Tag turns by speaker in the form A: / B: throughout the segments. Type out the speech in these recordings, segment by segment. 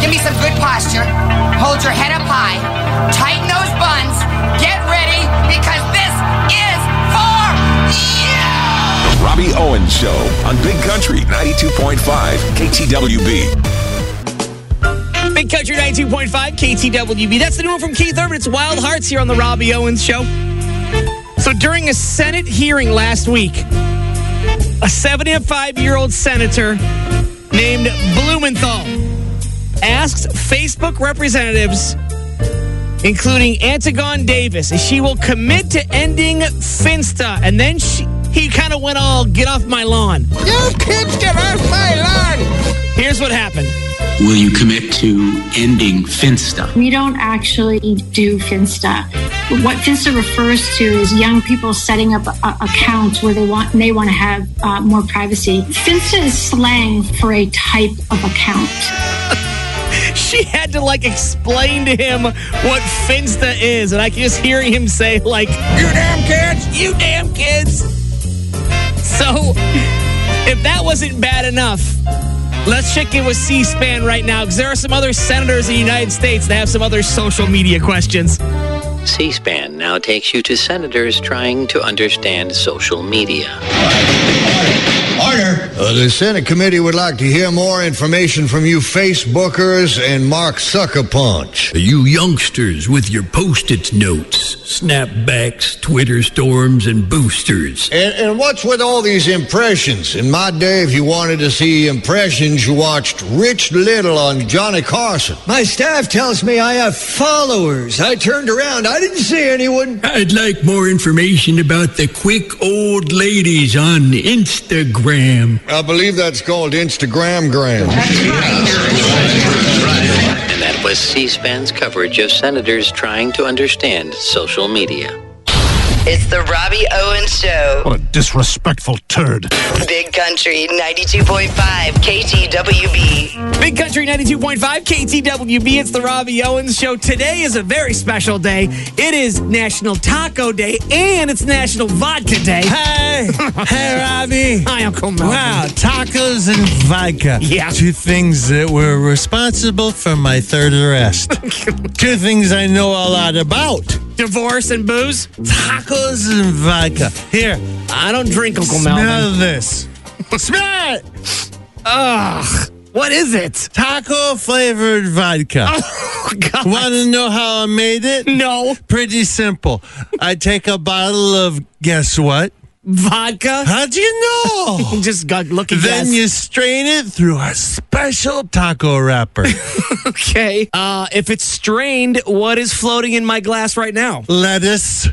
A: Give me some good posture. Hold your head up high. Tighten those buns. Get ready because this is for you.
B: Robbie Owens Show on Big Country 92.5 KTWB.
C: Big Country 92.5, KTWB. That's the new one from Keith Urban. It's Wild Hearts here on the Robbie Owens Show. So during a Senate hearing last week, a 75 year old senator named Blumenthal asked Facebook representatives, including Antigone Davis, if she will commit to ending Finsta. And then she, he kind of went all, get off my lawn.
D: You kids get off my lawn!
C: Here's what happened.
E: Will you commit to ending Finsta?
F: We don't actually do Finsta. What Finsta refers to is young people setting up a- accounts where they want they want to have uh, more privacy. Finsta is slang for a type of account.
C: she had to like explain to him what Finsta is, and I can just hear him say like, "You damn kids, you damn kids." So, if that wasn't bad enough, let's check in with C-SPAN right now because there are some other senators in the United States that have some other social media questions.
G: C SPAN now takes you to senators trying to understand social media.
H: Order.
I: Uh, the Senate committee would like to hear more information from you Facebookers and Mark Sucker Punch.
J: You youngsters with your post-its notes, snapbacks, Twitter storms, and boosters.
I: And, and what's with all these impressions? In my day, if you wanted to see impressions, you watched Rich Little on Johnny Carson.
D: My staff tells me I have followers. I turned around. I didn't see anyone.
J: I'd like more information about the quick old ladies on Instagram.
I: I believe that's called Instagram Gram.
G: And that was C SPAN's coverage of senators trying to understand social media.
K: It's the Robbie Owens Show.
L: What a disrespectful turd.
K: Big Country 92.5 KTWB.
C: Big Country 92.5 KTWB. It's the Robbie Owens Show. Today is a very special day. It is National Taco Day and it's National Vodka Day.
D: Hey, hey, Robbie.
C: Hi, Uncle Mel.
D: Wow, tacos and vodka.
C: Yeah.
D: Two things that were responsible for my third arrest. Two things I know a lot about
C: Divorce and booze.
D: tacos and vodka. Here,
C: I don't drink, Uncle
D: smell
C: Melvin.
D: this. smell it.
C: Ugh. What is it?
D: Taco flavored vodka.
C: Oh, God.
D: Want to know how I made it?
C: No.
D: Pretty simple. I take a bottle of guess what?
C: Vodka?
D: How'd you know?
C: Just got looking
D: Then you strain it through a special taco wrapper.
C: Okay. Uh, if it's strained, what is floating in my glass right now?
D: Lettuce.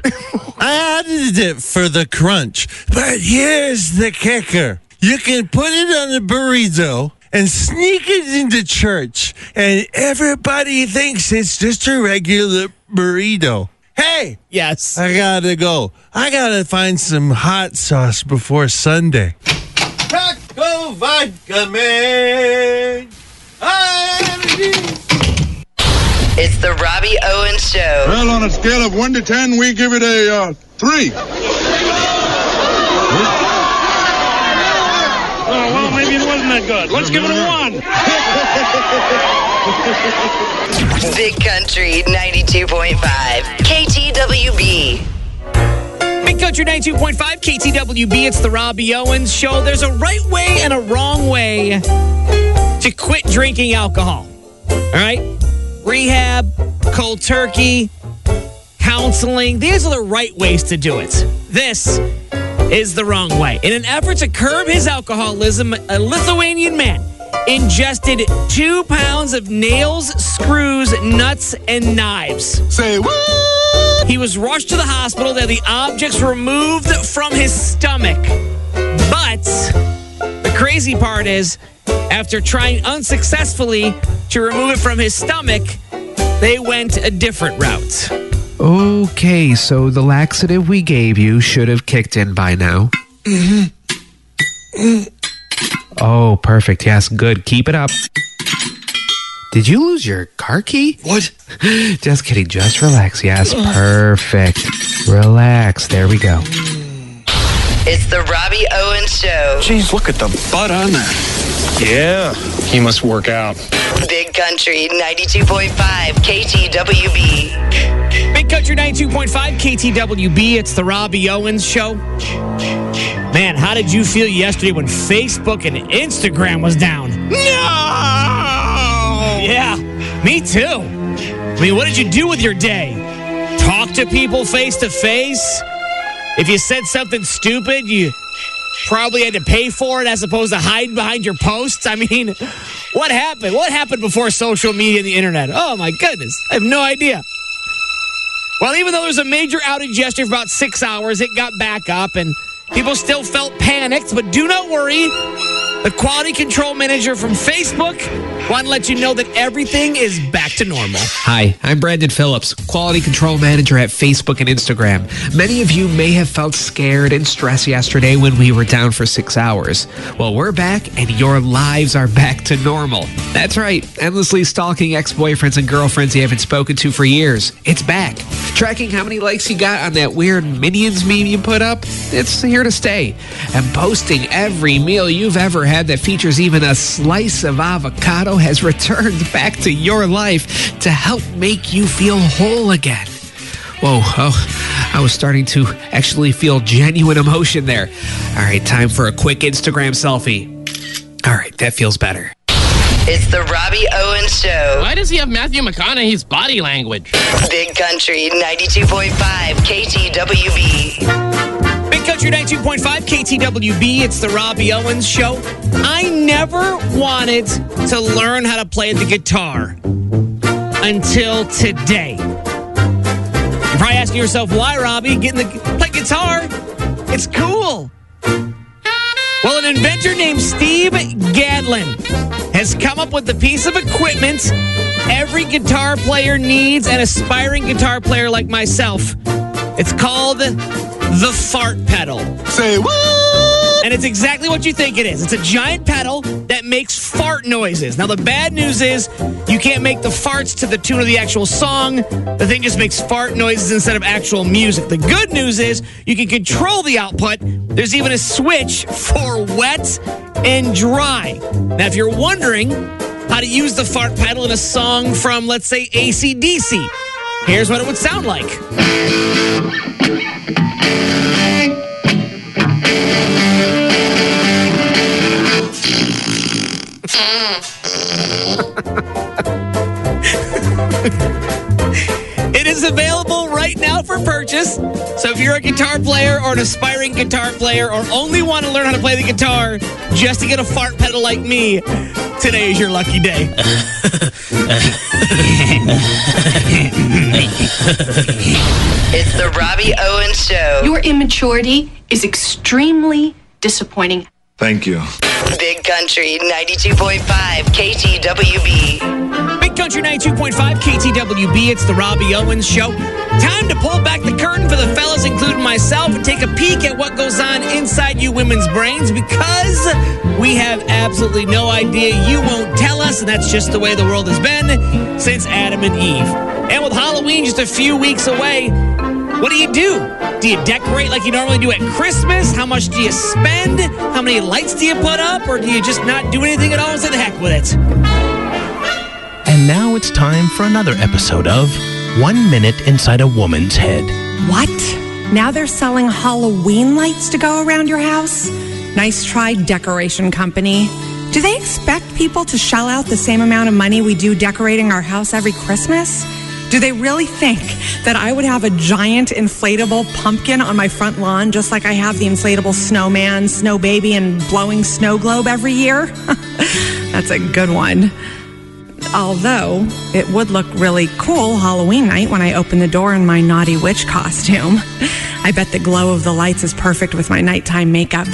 D: I added it for the crunch. But here's the kicker you can put it on a burrito and sneak it into church, and everybody thinks it's just a regular burrito. Hey,
C: Yes.
D: I gotta go. I gotta find some hot sauce before Sunday. Taco vodka man.
K: It's the Robbie Owens Show.
M: Well, on a scale of one to ten, we give it a uh, three.
L: Oh, well, maybe it wasn't that good. Let's give it a one.
K: Big Country 92.5 KTWB.
C: Big Country 92.5, KTWB. It's the Robbie Owens show. There's a right way and a wrong way to quit drinking alcohol. All right? Rehab, cold turkey, counseling. These are the right ways to do it. This is the wrong way. In an effort to curb his alcoholism, a Lithuanian man ingested two pounds of nails, screws, nuts, and knives.
M: Say what?
C: He was rushed to the hospital. They had the objects removed from his stomach. But the crazy part is, after trying unsuccessfully to remove it from his stomach, they went a different route.
E: Okay, so the laxative we gave you should have kicked in by now.
C: Mm-hmm.
E: Oh, perfect. Yes, good. Keep it up. Did you lose your car key?
D: What?
E: Just kidding. Just relax. Yes, perfect. Relax. There we go.
K: It's the Robbie Owen Show.
N: Jeez, look at the butt on there. Yeah, he must work out.
K: Big Country 92.5 KTWB.
C: Big Country 92.5 KTWB. It's the Robbie Owens Show. Man, how did you feel yesterday when Facebook and Instagram was down? No! Yeah, me too. I mean, what did you do with your day? Talk to people face to face? If you said something stupid, you probably had to pay for it as opposed to hide behind your posts. I mean, what happened? What happened before social media and the internet? Oh my goodness, I have no idea. Well, even though there was a major outage yesterday for about six hours, it got back up and people still felt panicked. But do not worry. The quality control manager from Facebook want to let you know that everything is back to normal.
O: Hi, I'm Brandon Phillips, Quality Control Manager at Facebook and Instagram. Many of you may have felt scared and stressed yesterday when we were down for six hours. Well, we're back and your lives are back to normal. That's right, endlessly stalking ex boyfriends and girlfriends you haven't spoken to for years. It's back. Tracking how many likes you got on that weird Minions meme you put up, it's here to stay. And posting every meal you've ever had that features even a slice of avocado has returned back to your life to help make you feel whole again. Whoa, oh, I was starting to actually feel genuine emotion there. All right, time for a quick Instagram selfie. All right, that feels better.
K: It's the Robbie Owen Show.
P: Why does he have Matthew McConaughey's body language?
K: Big Country 92.5 KTWB.
C: Big Country 92.5 KTWB. It's the Robbie Owens Show. I never wanted to learn how to play the guitar until today. You're probably asking yourself, why, Robbie? Getting the play guitar? It's cool. Well, an inventor named Steve Gadlin has come up with the piece of equipment every guitar player needs, an aspiring guitar player like myself. It's called the fart pedal. Say what? And it's exactly what you think it is. It's a giant pedal that makes fart noises. Now, the bad news is you can't make the farts to the tune of the actual song. The thing just makes fart noises instead of actual music. The good news is you can control the output. There's even a switch for wet and dry. Now, if you're wondering how to use the fart pedal in a song from, let's say, ACDC, here's what it would sound like. It is available right now for purchase. So if you're a guitar player or an aspiring guitar player or only want to learn how to play the guitar just to get a fart pedal like me, today is your lucky day.
K: It's the Robbie Owen Show.
Q: Your immaturity is extremely disappointing.
M: Thank you.
K: Big Country 92.5 KTWB.
C: Big Country 92.5 KTWB, it's the Robbie Owens Show. Time to pull back the curtain for the fellas, including myself, and take a peek at what goes on inside you women's brains because we have absolutely no idea. You won't tell us, and that's just the way the world has been since Adam and Eve. And with Halloween just a few weeks away, what do you do? Do you decorate like you normally do at Christmas? How much do you spend? How many lights do you put up? Or do you just not do anything at all and say the heck with it?
R: And now it's time for another episode of One Minute Inside a Woman's Head.
S: What? Now they're selling Halloween lights to go around your house? Nice try, decoration company. Do they expect people to shell out the same amount of money we do decorating our house every Christmas? Do they really think that I would have a giant inflatable pumpkin on my front lawn just like I have the inflatable snowman, snow baby, and blowing snow globe every year? That's a good one. Although it would look really cool Halloween night when I open the door in my naughty witch costume. I bet the glow of the lights is perfect with my nighttime makeup.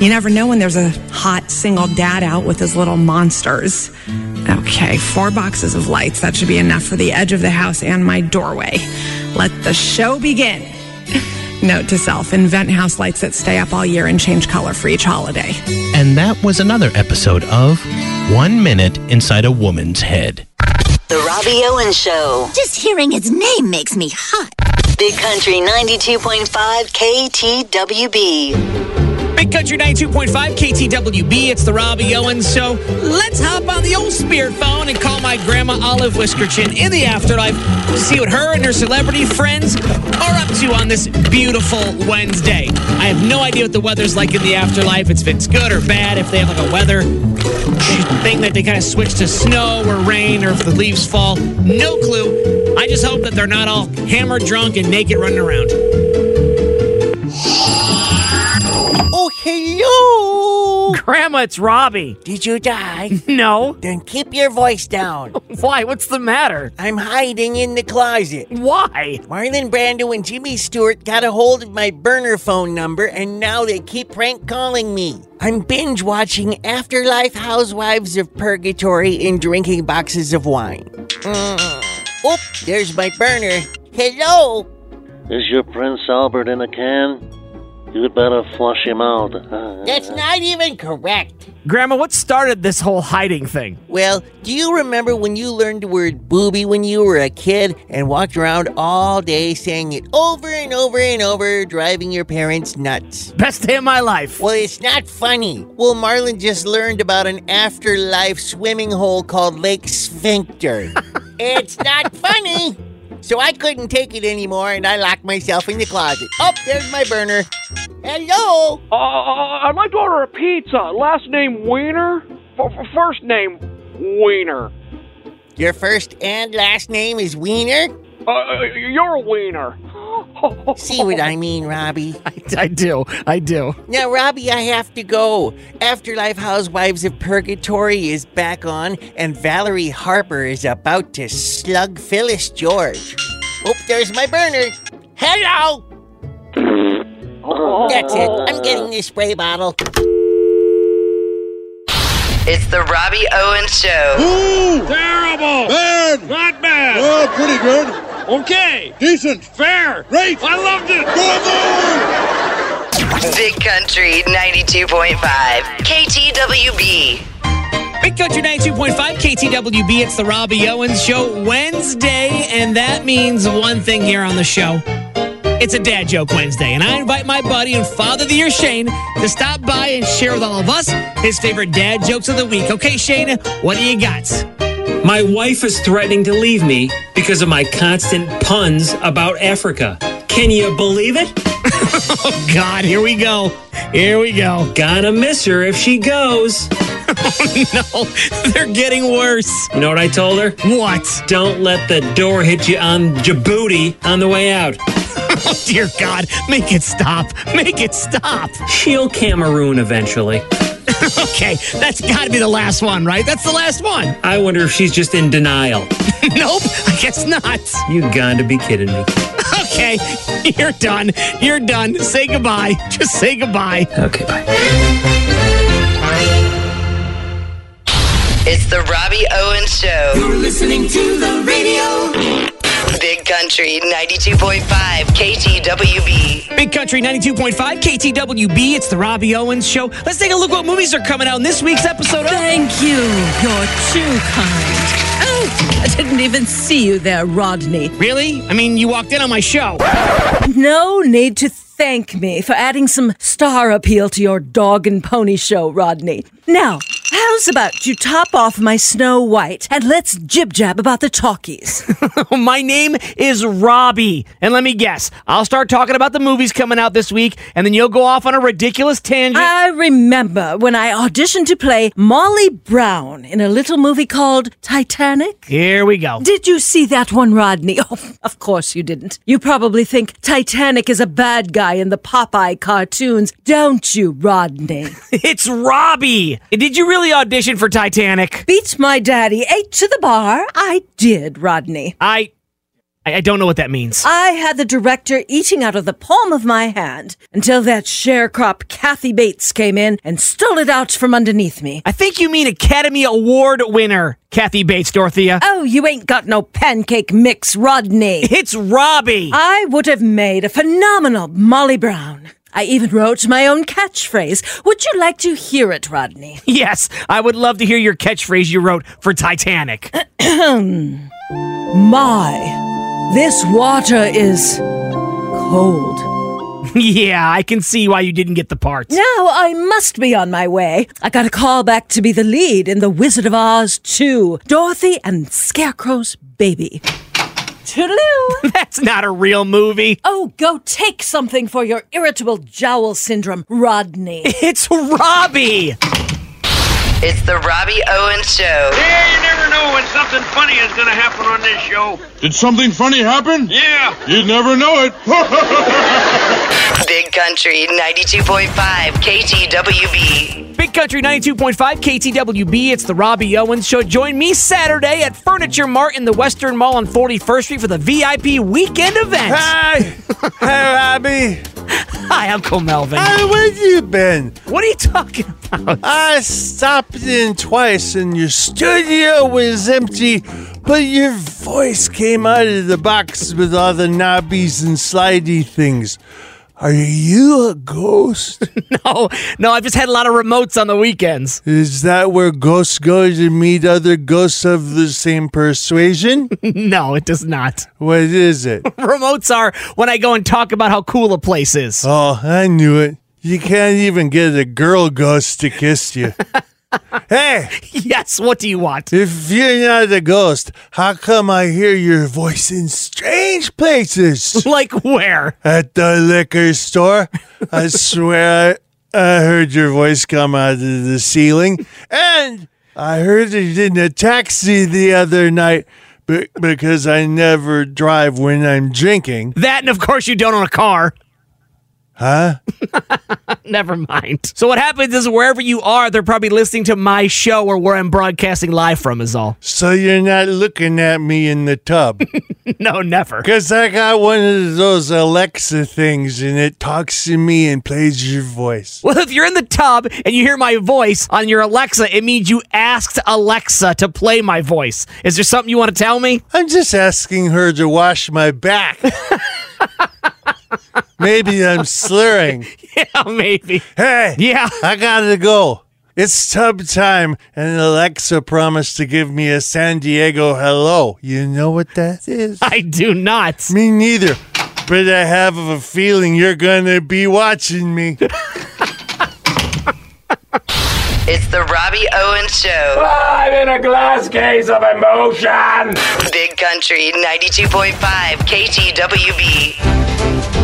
S: You never know when there's a hot single dad out with his little monsters. Okay, four boxes of lights. That should be enough for the edge of the house and my doorway. Let the show begin. Note to self invent house lights that stay up all year and change color for each holiday.
R: And that was another episode of One Minute Inside a Woman's Head.
A: The Robbie Owen Show. Just hearing his name makes me hot. Big Country 92.5 KTWB.
C: Big Country 92.5 KTWB. It's the Robbie Owens show. Let's hop on the old spirit phone and call my grandma Olive Whiskerchin in the afterlife to see what her and her celebrity friends are up to on this beautiful Wednesday. I have no idea what the weather's like in the afterlife, if it's good or bad, if they have like a weather thing that they kind of switch to snow or rain or if the leaves fall. No clue. I just hope that they're not all hammered, drunk, and naked running around.
T: Oh, hello!
U: Grandma, it's Robbie.
T: Did you die?
U: No.
T: Then keep your voice down.
U: Why? What's the matter?
T: I'm hiding in the closet.
U: Why?
T: Marlon Brando and Jimmy Stewart got a hold of my burner phone number, and now they keep prank calling me. I'm binge watching Afterlife Housewives of Purgatory and drinking boxes of wine. Mm. Oop, there's my burner. Hello!
V: Is your Prince Albert in a can? You'd better flush him out.
T: That's not even correct.
U: Grandma, what started this whole hiding thing?
T: Well, do you remember when you learned the word booby when you were a kid and walked around all day saying it over and over and over, driving your parents nuts?
U: Best day of my life.
T: Well, it's not funny. Well, Marlon just learned about an afterlife swimming hole called Lake Sphincter. it's not funny. So I couldn't take it anymore and I locked myself in the closet. Oh, there's my burner. Hello.
W: Uh, I'd like to order a pizza. Last name Wiener. F- f- first name Wiener.
T: Your first and last name is Wiener?
W: Uh, you're a Wiener.
T: See what I mean, Robbie?
U: I, I do. I do.
T: Now, Robbie, I have to go. Afterlife Housewives of Purgatory is back on, and Valerie Harper is about to slug Phyllis George. Oh, there's my burner. Hello! That's it. I'm getting this spray bottle.
K: It's the Robbie Owens Show.
M: Ooh!
L: Terrible!
M: Bad!
L: Not bad!
M: Oh, pretty good.
L: Okay!
M: Decent.
L: Fair!
M: Great.
L: I loved it!
K: Big Country 92.5. KTWB.
C: Big Country 92.5 KTWB. It's the Robbie Owens Show Wednesday, and that means one thing here on the show. It's a dad joke Wednesday, and I invite my buddy and father of the year, Shane, to stop by and share with all of us his favorite dad jokes of the week. Okay, Shane, what do you got?
N: My wife is threatening to leave me because of my constant puns about Africa. Can you believe it?
C: oh, God, here we go. Here we go.
N: Gonna miss her if she goes.
C: Oh, no. They're getting worse.
N: You know what I told her?
C: What?
N: Don't let the door hit you on Djibouti on the way out.
C: Oh, dear God. Make it stop. Make it stop.
N: She'll Cameroon eventually.
C: okay, that's got to be the last one, right? That's the last one.
N: I wonder if she's just in denial.
C: nope, I guess not.
N: You gotta be kidding me.
C: Okay, you're done. You're done. Say goodbye. Just say goodbye.
N: Okay, bye.
K: It's the Robbie Owens Show. You're listening to the radio. Big Country 92.5. KTWB.
C: Big Country 92.5, KTWB. It's the Robbie Owens Show. Let's take a look what movies are coming out in this week's episode of.
X: Thank you. You're too kind. Oh, I didn't even see you there, Rodney.
C: Really? I mean, you walked in on my show.
X: No need to thank me for adding some star appeal to your dog and pony show, Rodney. Now, how's about you top off my Snow White and let's jib jab about the talkies?
C: my name is Robbie. And let me guess, I'll start talking about the movies coming out this week, and then you'll go off on a ridiculous tangent.
X: I remember when I auditioned to play Molly Brown in a little movie called Titanic.
C: Here we go.
X: Did you see that one, Rodney? Oh, of course you didn't. You probably think Titanic is a bad guy in the Popeye cartoons, don't you, Rodney?
C: it's Robbie. Did you really audition for Titanic?
X: Beat my daddy eight to the bar. I did, Rodney.
C: I. I I don't know what that means.
X: I had the director eating out of the palm of my hand until that sharecrop Kathy Bates came in and stole it out from underneath me.
C: I think you mean Academy Award winner, Kathy Bates, Dorothea.
X: Oh, you ain't got no pancake mix, Rodney.
C: It's Robbie.
X: I would have made a phenomenal Molly Brown. I even wrote my own catchphrase. Would you like to hear it, Rodney?
C: yes, I would love to hear your catchphrase you wrote for Titanic.
X: my, this water is cold.
U: yeah, I can see why you didn't get the part.
X: Now I must be on my way. I got a call back to be the lead in The Wizard of Oz 2 Dorothy and Scarecrow's Baby. Toodaloo!
U: That's not a real movie.
X: Oh, go take something for your irritable jowl syndrome, Rodney.
U: It's Robbie!
K: It's the Robbie Owens Show.
W: Yeah, you never know when something funny is going to happen on this show.
M: Did something funny happen?
W: Yeah.
M: You'd never know it.
K: Big Country 92.5 KTWB.
C: Big Country 92.5 KTWB. It's the Robbie Owens Show. Join me Saturday at Furniture Mart in the Western Mall on 41st Street for the VIP weekend event.
D: Hi! Hi, Robbie.
U: Hi, Uncle Melvin.
D: Hi, where've you been?
C: What are you talking about?
D: I stopped in twice and your studio was empty, but your voice came out of the box with all the knobbies and slidey things. Are you a ghost?
U: No, no, I've just had a lot of remotes on the weekends.
D: Is that where ghosts go to meet other ghosts of the same persuasion?
U: no, it does not.
D: What is it?
U: Remotes are when I go and talk about how cool a place is.
D: Oh, I knew it. You can't even get a girl ghost to kiss you. hey,
U: yes, what do you want?
D: if you're not a ghost, how come I hear your voice in strange places?
U: Like where?
D: At the liquor store? I swear I, I heard your voice come out of the ceiling. And I heard it in a taxi the other night be- because I never drive when I'm drinking.
U: That, and of course, you don't own a car.
D: Huh?
U: Never mind. So, what happens is wherever you are, they're probably listening to my show or where I'm broadcasting live from, is all.
D: So you're not looking at me in the tub.
U: no, never.
D: Because I got one of those Alexa things and it talks to me and plays your voice.
U: Well, if you're in the tub and you hear my voice on your Alexa, it means you asked Alexa to play my voice. Is there something you want to tell me?
D: I'm just asking her to wash my back. Maybe I'm slurring.
U: Yeah, maybe.
D: Hey,
U: Yeah.
D: I gotta go. It's tub time, and Alexa promised to give me a San Diego hello. You know what that is?
U: I do not.
D: me neither. But I have a feeling you're gonna be watching me.
K: It's the Robbie Owens Show.
W: I'm in a glass case of emotion.
K: Big Country 92.5 KTWB.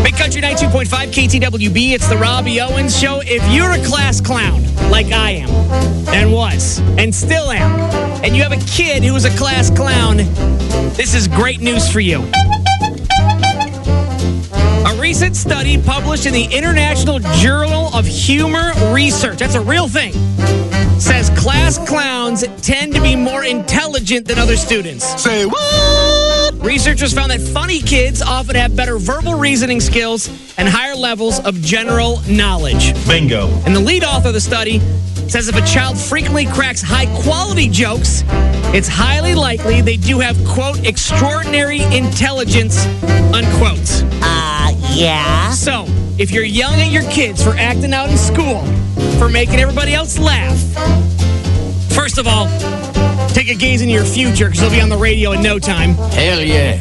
C: Big Country 92.5 KTWB. It's the Robbie Owens Show. If you're a class clown like I am, and was, and still am, and you have a kid who is a class clown, this is great news for you. A recent study published in the International Journal of Humor Research, that's a real thing, says class clowns tend to be more intelligent than other students.
M: Say what?
C: Researchers found that funny kids often have better verbal reasoning skills and higher levels of general knowledge.
L: Bingo.
C: And the lead author of the study says if a child frequently cracks high quality jokes, it's highly likely they do have, quote, extraordinary intelligence, unquote.
Y: Uh, yeah?
C: So, if you're yelling at your kids for acting out in school, for making everybody else laugh, first of all, take a gaze into your future because you'll be on the radio in no time.
J: Hell yeah.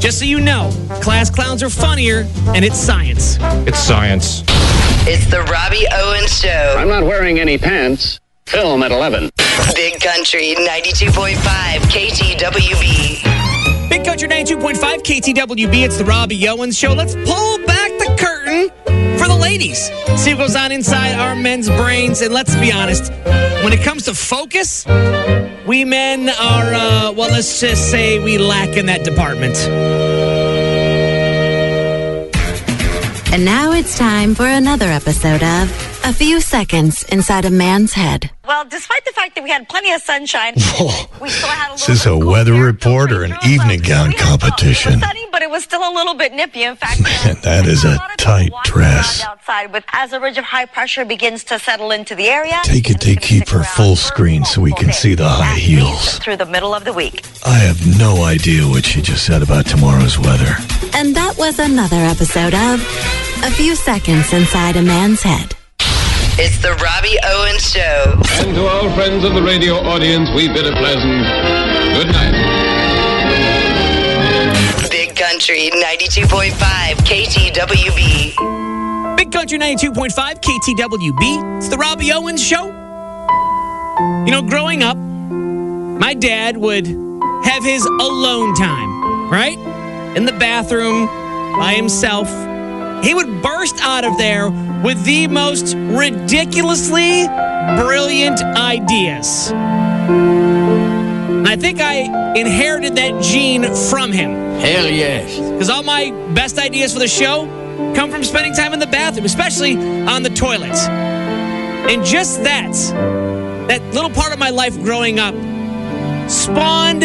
C: Just so you know, class clowns are funnier, and it's science.
J: It's science.
K: It's the Robbie Owens Show.
L: I'm not wearing any pants. Film at 11.
K: Big Country 92.5 KTWB.
C: Big Country 92.5 KTWB, it's the Robbie Owens Show. Let's pull back the curtain for the ladies. See what goes on inside our men's brains. And let's be honest, when it comes to focus, we men are, uh, well, let's just say we lack in that department.
A: And now it's time for another episode of A Few Seconds Inside a Man's Head.
B: Well, despite the fact that we had plenty of sunshine, we still had a little
I: Is this
B: bit of
I: a
B: cold
I: weather
B: air
I: report or an
B: temperature,
I: evening
B: but
I: gown
B: we had some-
I: competition?
B: It was sunny, but it was still a little bit nippy. In fact,
I: Man, that is a
B: lot of people
I: tight
B: walking
I: dress.
B: around Outside with as a ridge of high pressure begins to settle into the area.
I: Take it
B: and it's
I: they
B: gonna
I: keep
B: stick
I: her
B: around
I: full
B: for a
I: screen so we
B: full
I: can
B: day.
I: see the high
B: That leads
I: heels.
B: Through the middle of the week.
I: I have no idea what she just said about tomorrow's weather.
A: And that was another episode of A Few Seconds Inside a Man's Head.
K: It's the Robbie Owens Show.
L: And to all friends of the radio audience, we bid a pleasant good night.
K: Big Country 92.5 KTWB.
C: Big Country 92.5 KTWB. It's the Robbie Owens Show. You know, growing up, my dad would have his alone time, right? In the bathroom by himself. He would burst out of there with the most ridiculously brilliant ideas. And I think I inherited that gene from him.
E: Hell yes.
C: Because all my best ideas for the show come from spending time in the bathroom, especially on the toilet. And just that, that little part of my life growing up, spawned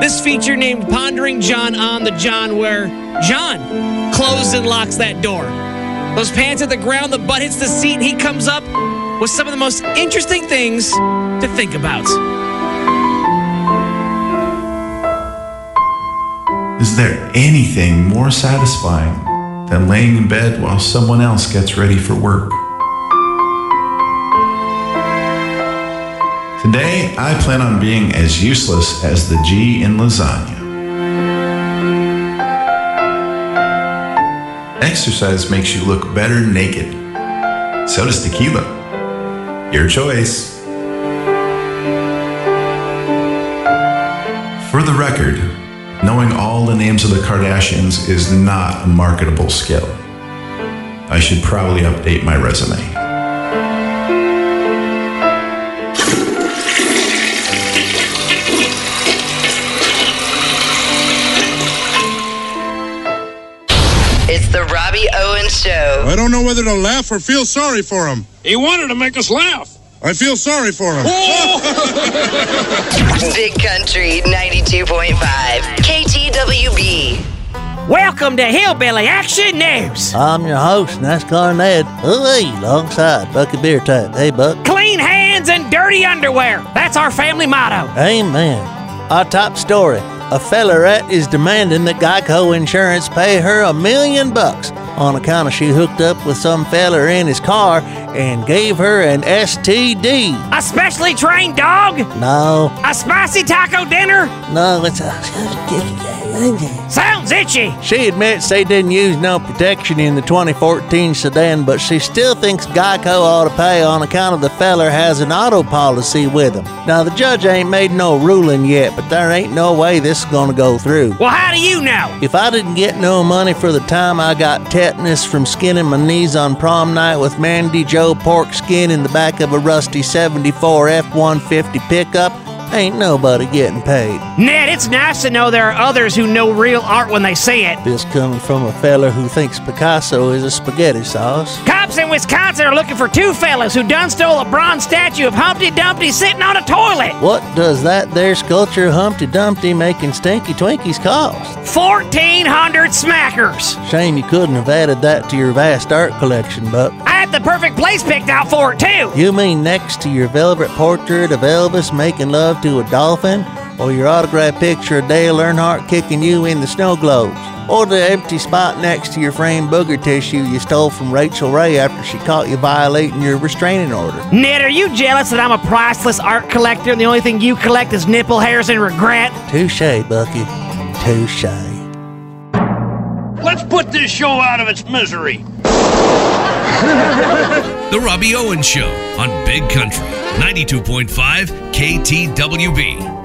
C: this feature named Pondering John on the John, where John closes and locks that door. Those pants at the ground, the butt hits the seat, he comes up with some of the most interesting things to think about.
F: Is there anything more satisfying than laying in bed while someone else gets ready for work? Today, I plan on being as useless as the G in lasagna. Exercise makes you look better naked. So does tequila. Your choice. For the record, knowing all the names of the Kardashians is not a marketable skill. I should probably update my resume.
K: It's the Robbie Owens Show.
M: I don't know whether to laugh or feel sorry for him. He wanted to make us laugh. I feel sorry for him.
K: Big Country 92.5. KTWB.
U: Welcome to Hillbilly Action News.
E: I'm your host, NASCAR Ned. Oh, hey, alongside Bucket Beer Tap. Hey, Buck.
U: Clean hands and dirty underwear. That's our family motto.
E: Amen. Our top story. A fellerette is demanding that Geico Insurance pay her a million bucks on account of she hooked up with some feller in his car and gave her an STD.
U: A specially trained dog?
E: No,
U: A spicy taco dinner?
E: no, it's a...
U: Sounds itchy.
E: She admits they didn't use no protection in the 2014 sedan, but she still thinks Geico ought to pay on account of the feller has an auto policy with him. Now, the judge ain't made no ruling yet, but there ain't no way this is gonna go through.
U: Well, how do you know?
E: If I didn't get no money for the time I got tetanus from skinning my knees on prom night with Mandy Joe pork skin in the back of a rusty 74 F 150 pickup, ain't nobody getting paid.
U: Ned, it's nice to know there are others who know real art when they see it.
E: This coming from a feller who thinks Picasso is a spaghetti sauce.
U: Cops in Wisconsin are looking for two fellas who done stole a bronze statue of Humpty Dumpty sitting on a toilet.
E: What does that there sculpture Humpty Dumpty making Stinky Twinkies cost?
U: 1,400 smackers.
E: Shame you couldn't have added that to your vast art collection, Buck.
U: I had the perfect place picked out for it, too.
E: You mean next to your velvet portrait of Elvis making love to a dolphin? Or your autograph picture of Dale Earnhardt kicking you in the snow globes? Or the empty spot next to your framed booger tissue you stole from Rachel Ray after she caught you violating your restraining order?
U: Ned, are you jealous that I'm a priceless art collector and the only thing you collect is nipple hairs and regret?
E: Touche, Bucky. Touche.
V: Let's put this show out of its misery.
G: The Robbie Owen Show on Big Country 92.5 KTWB.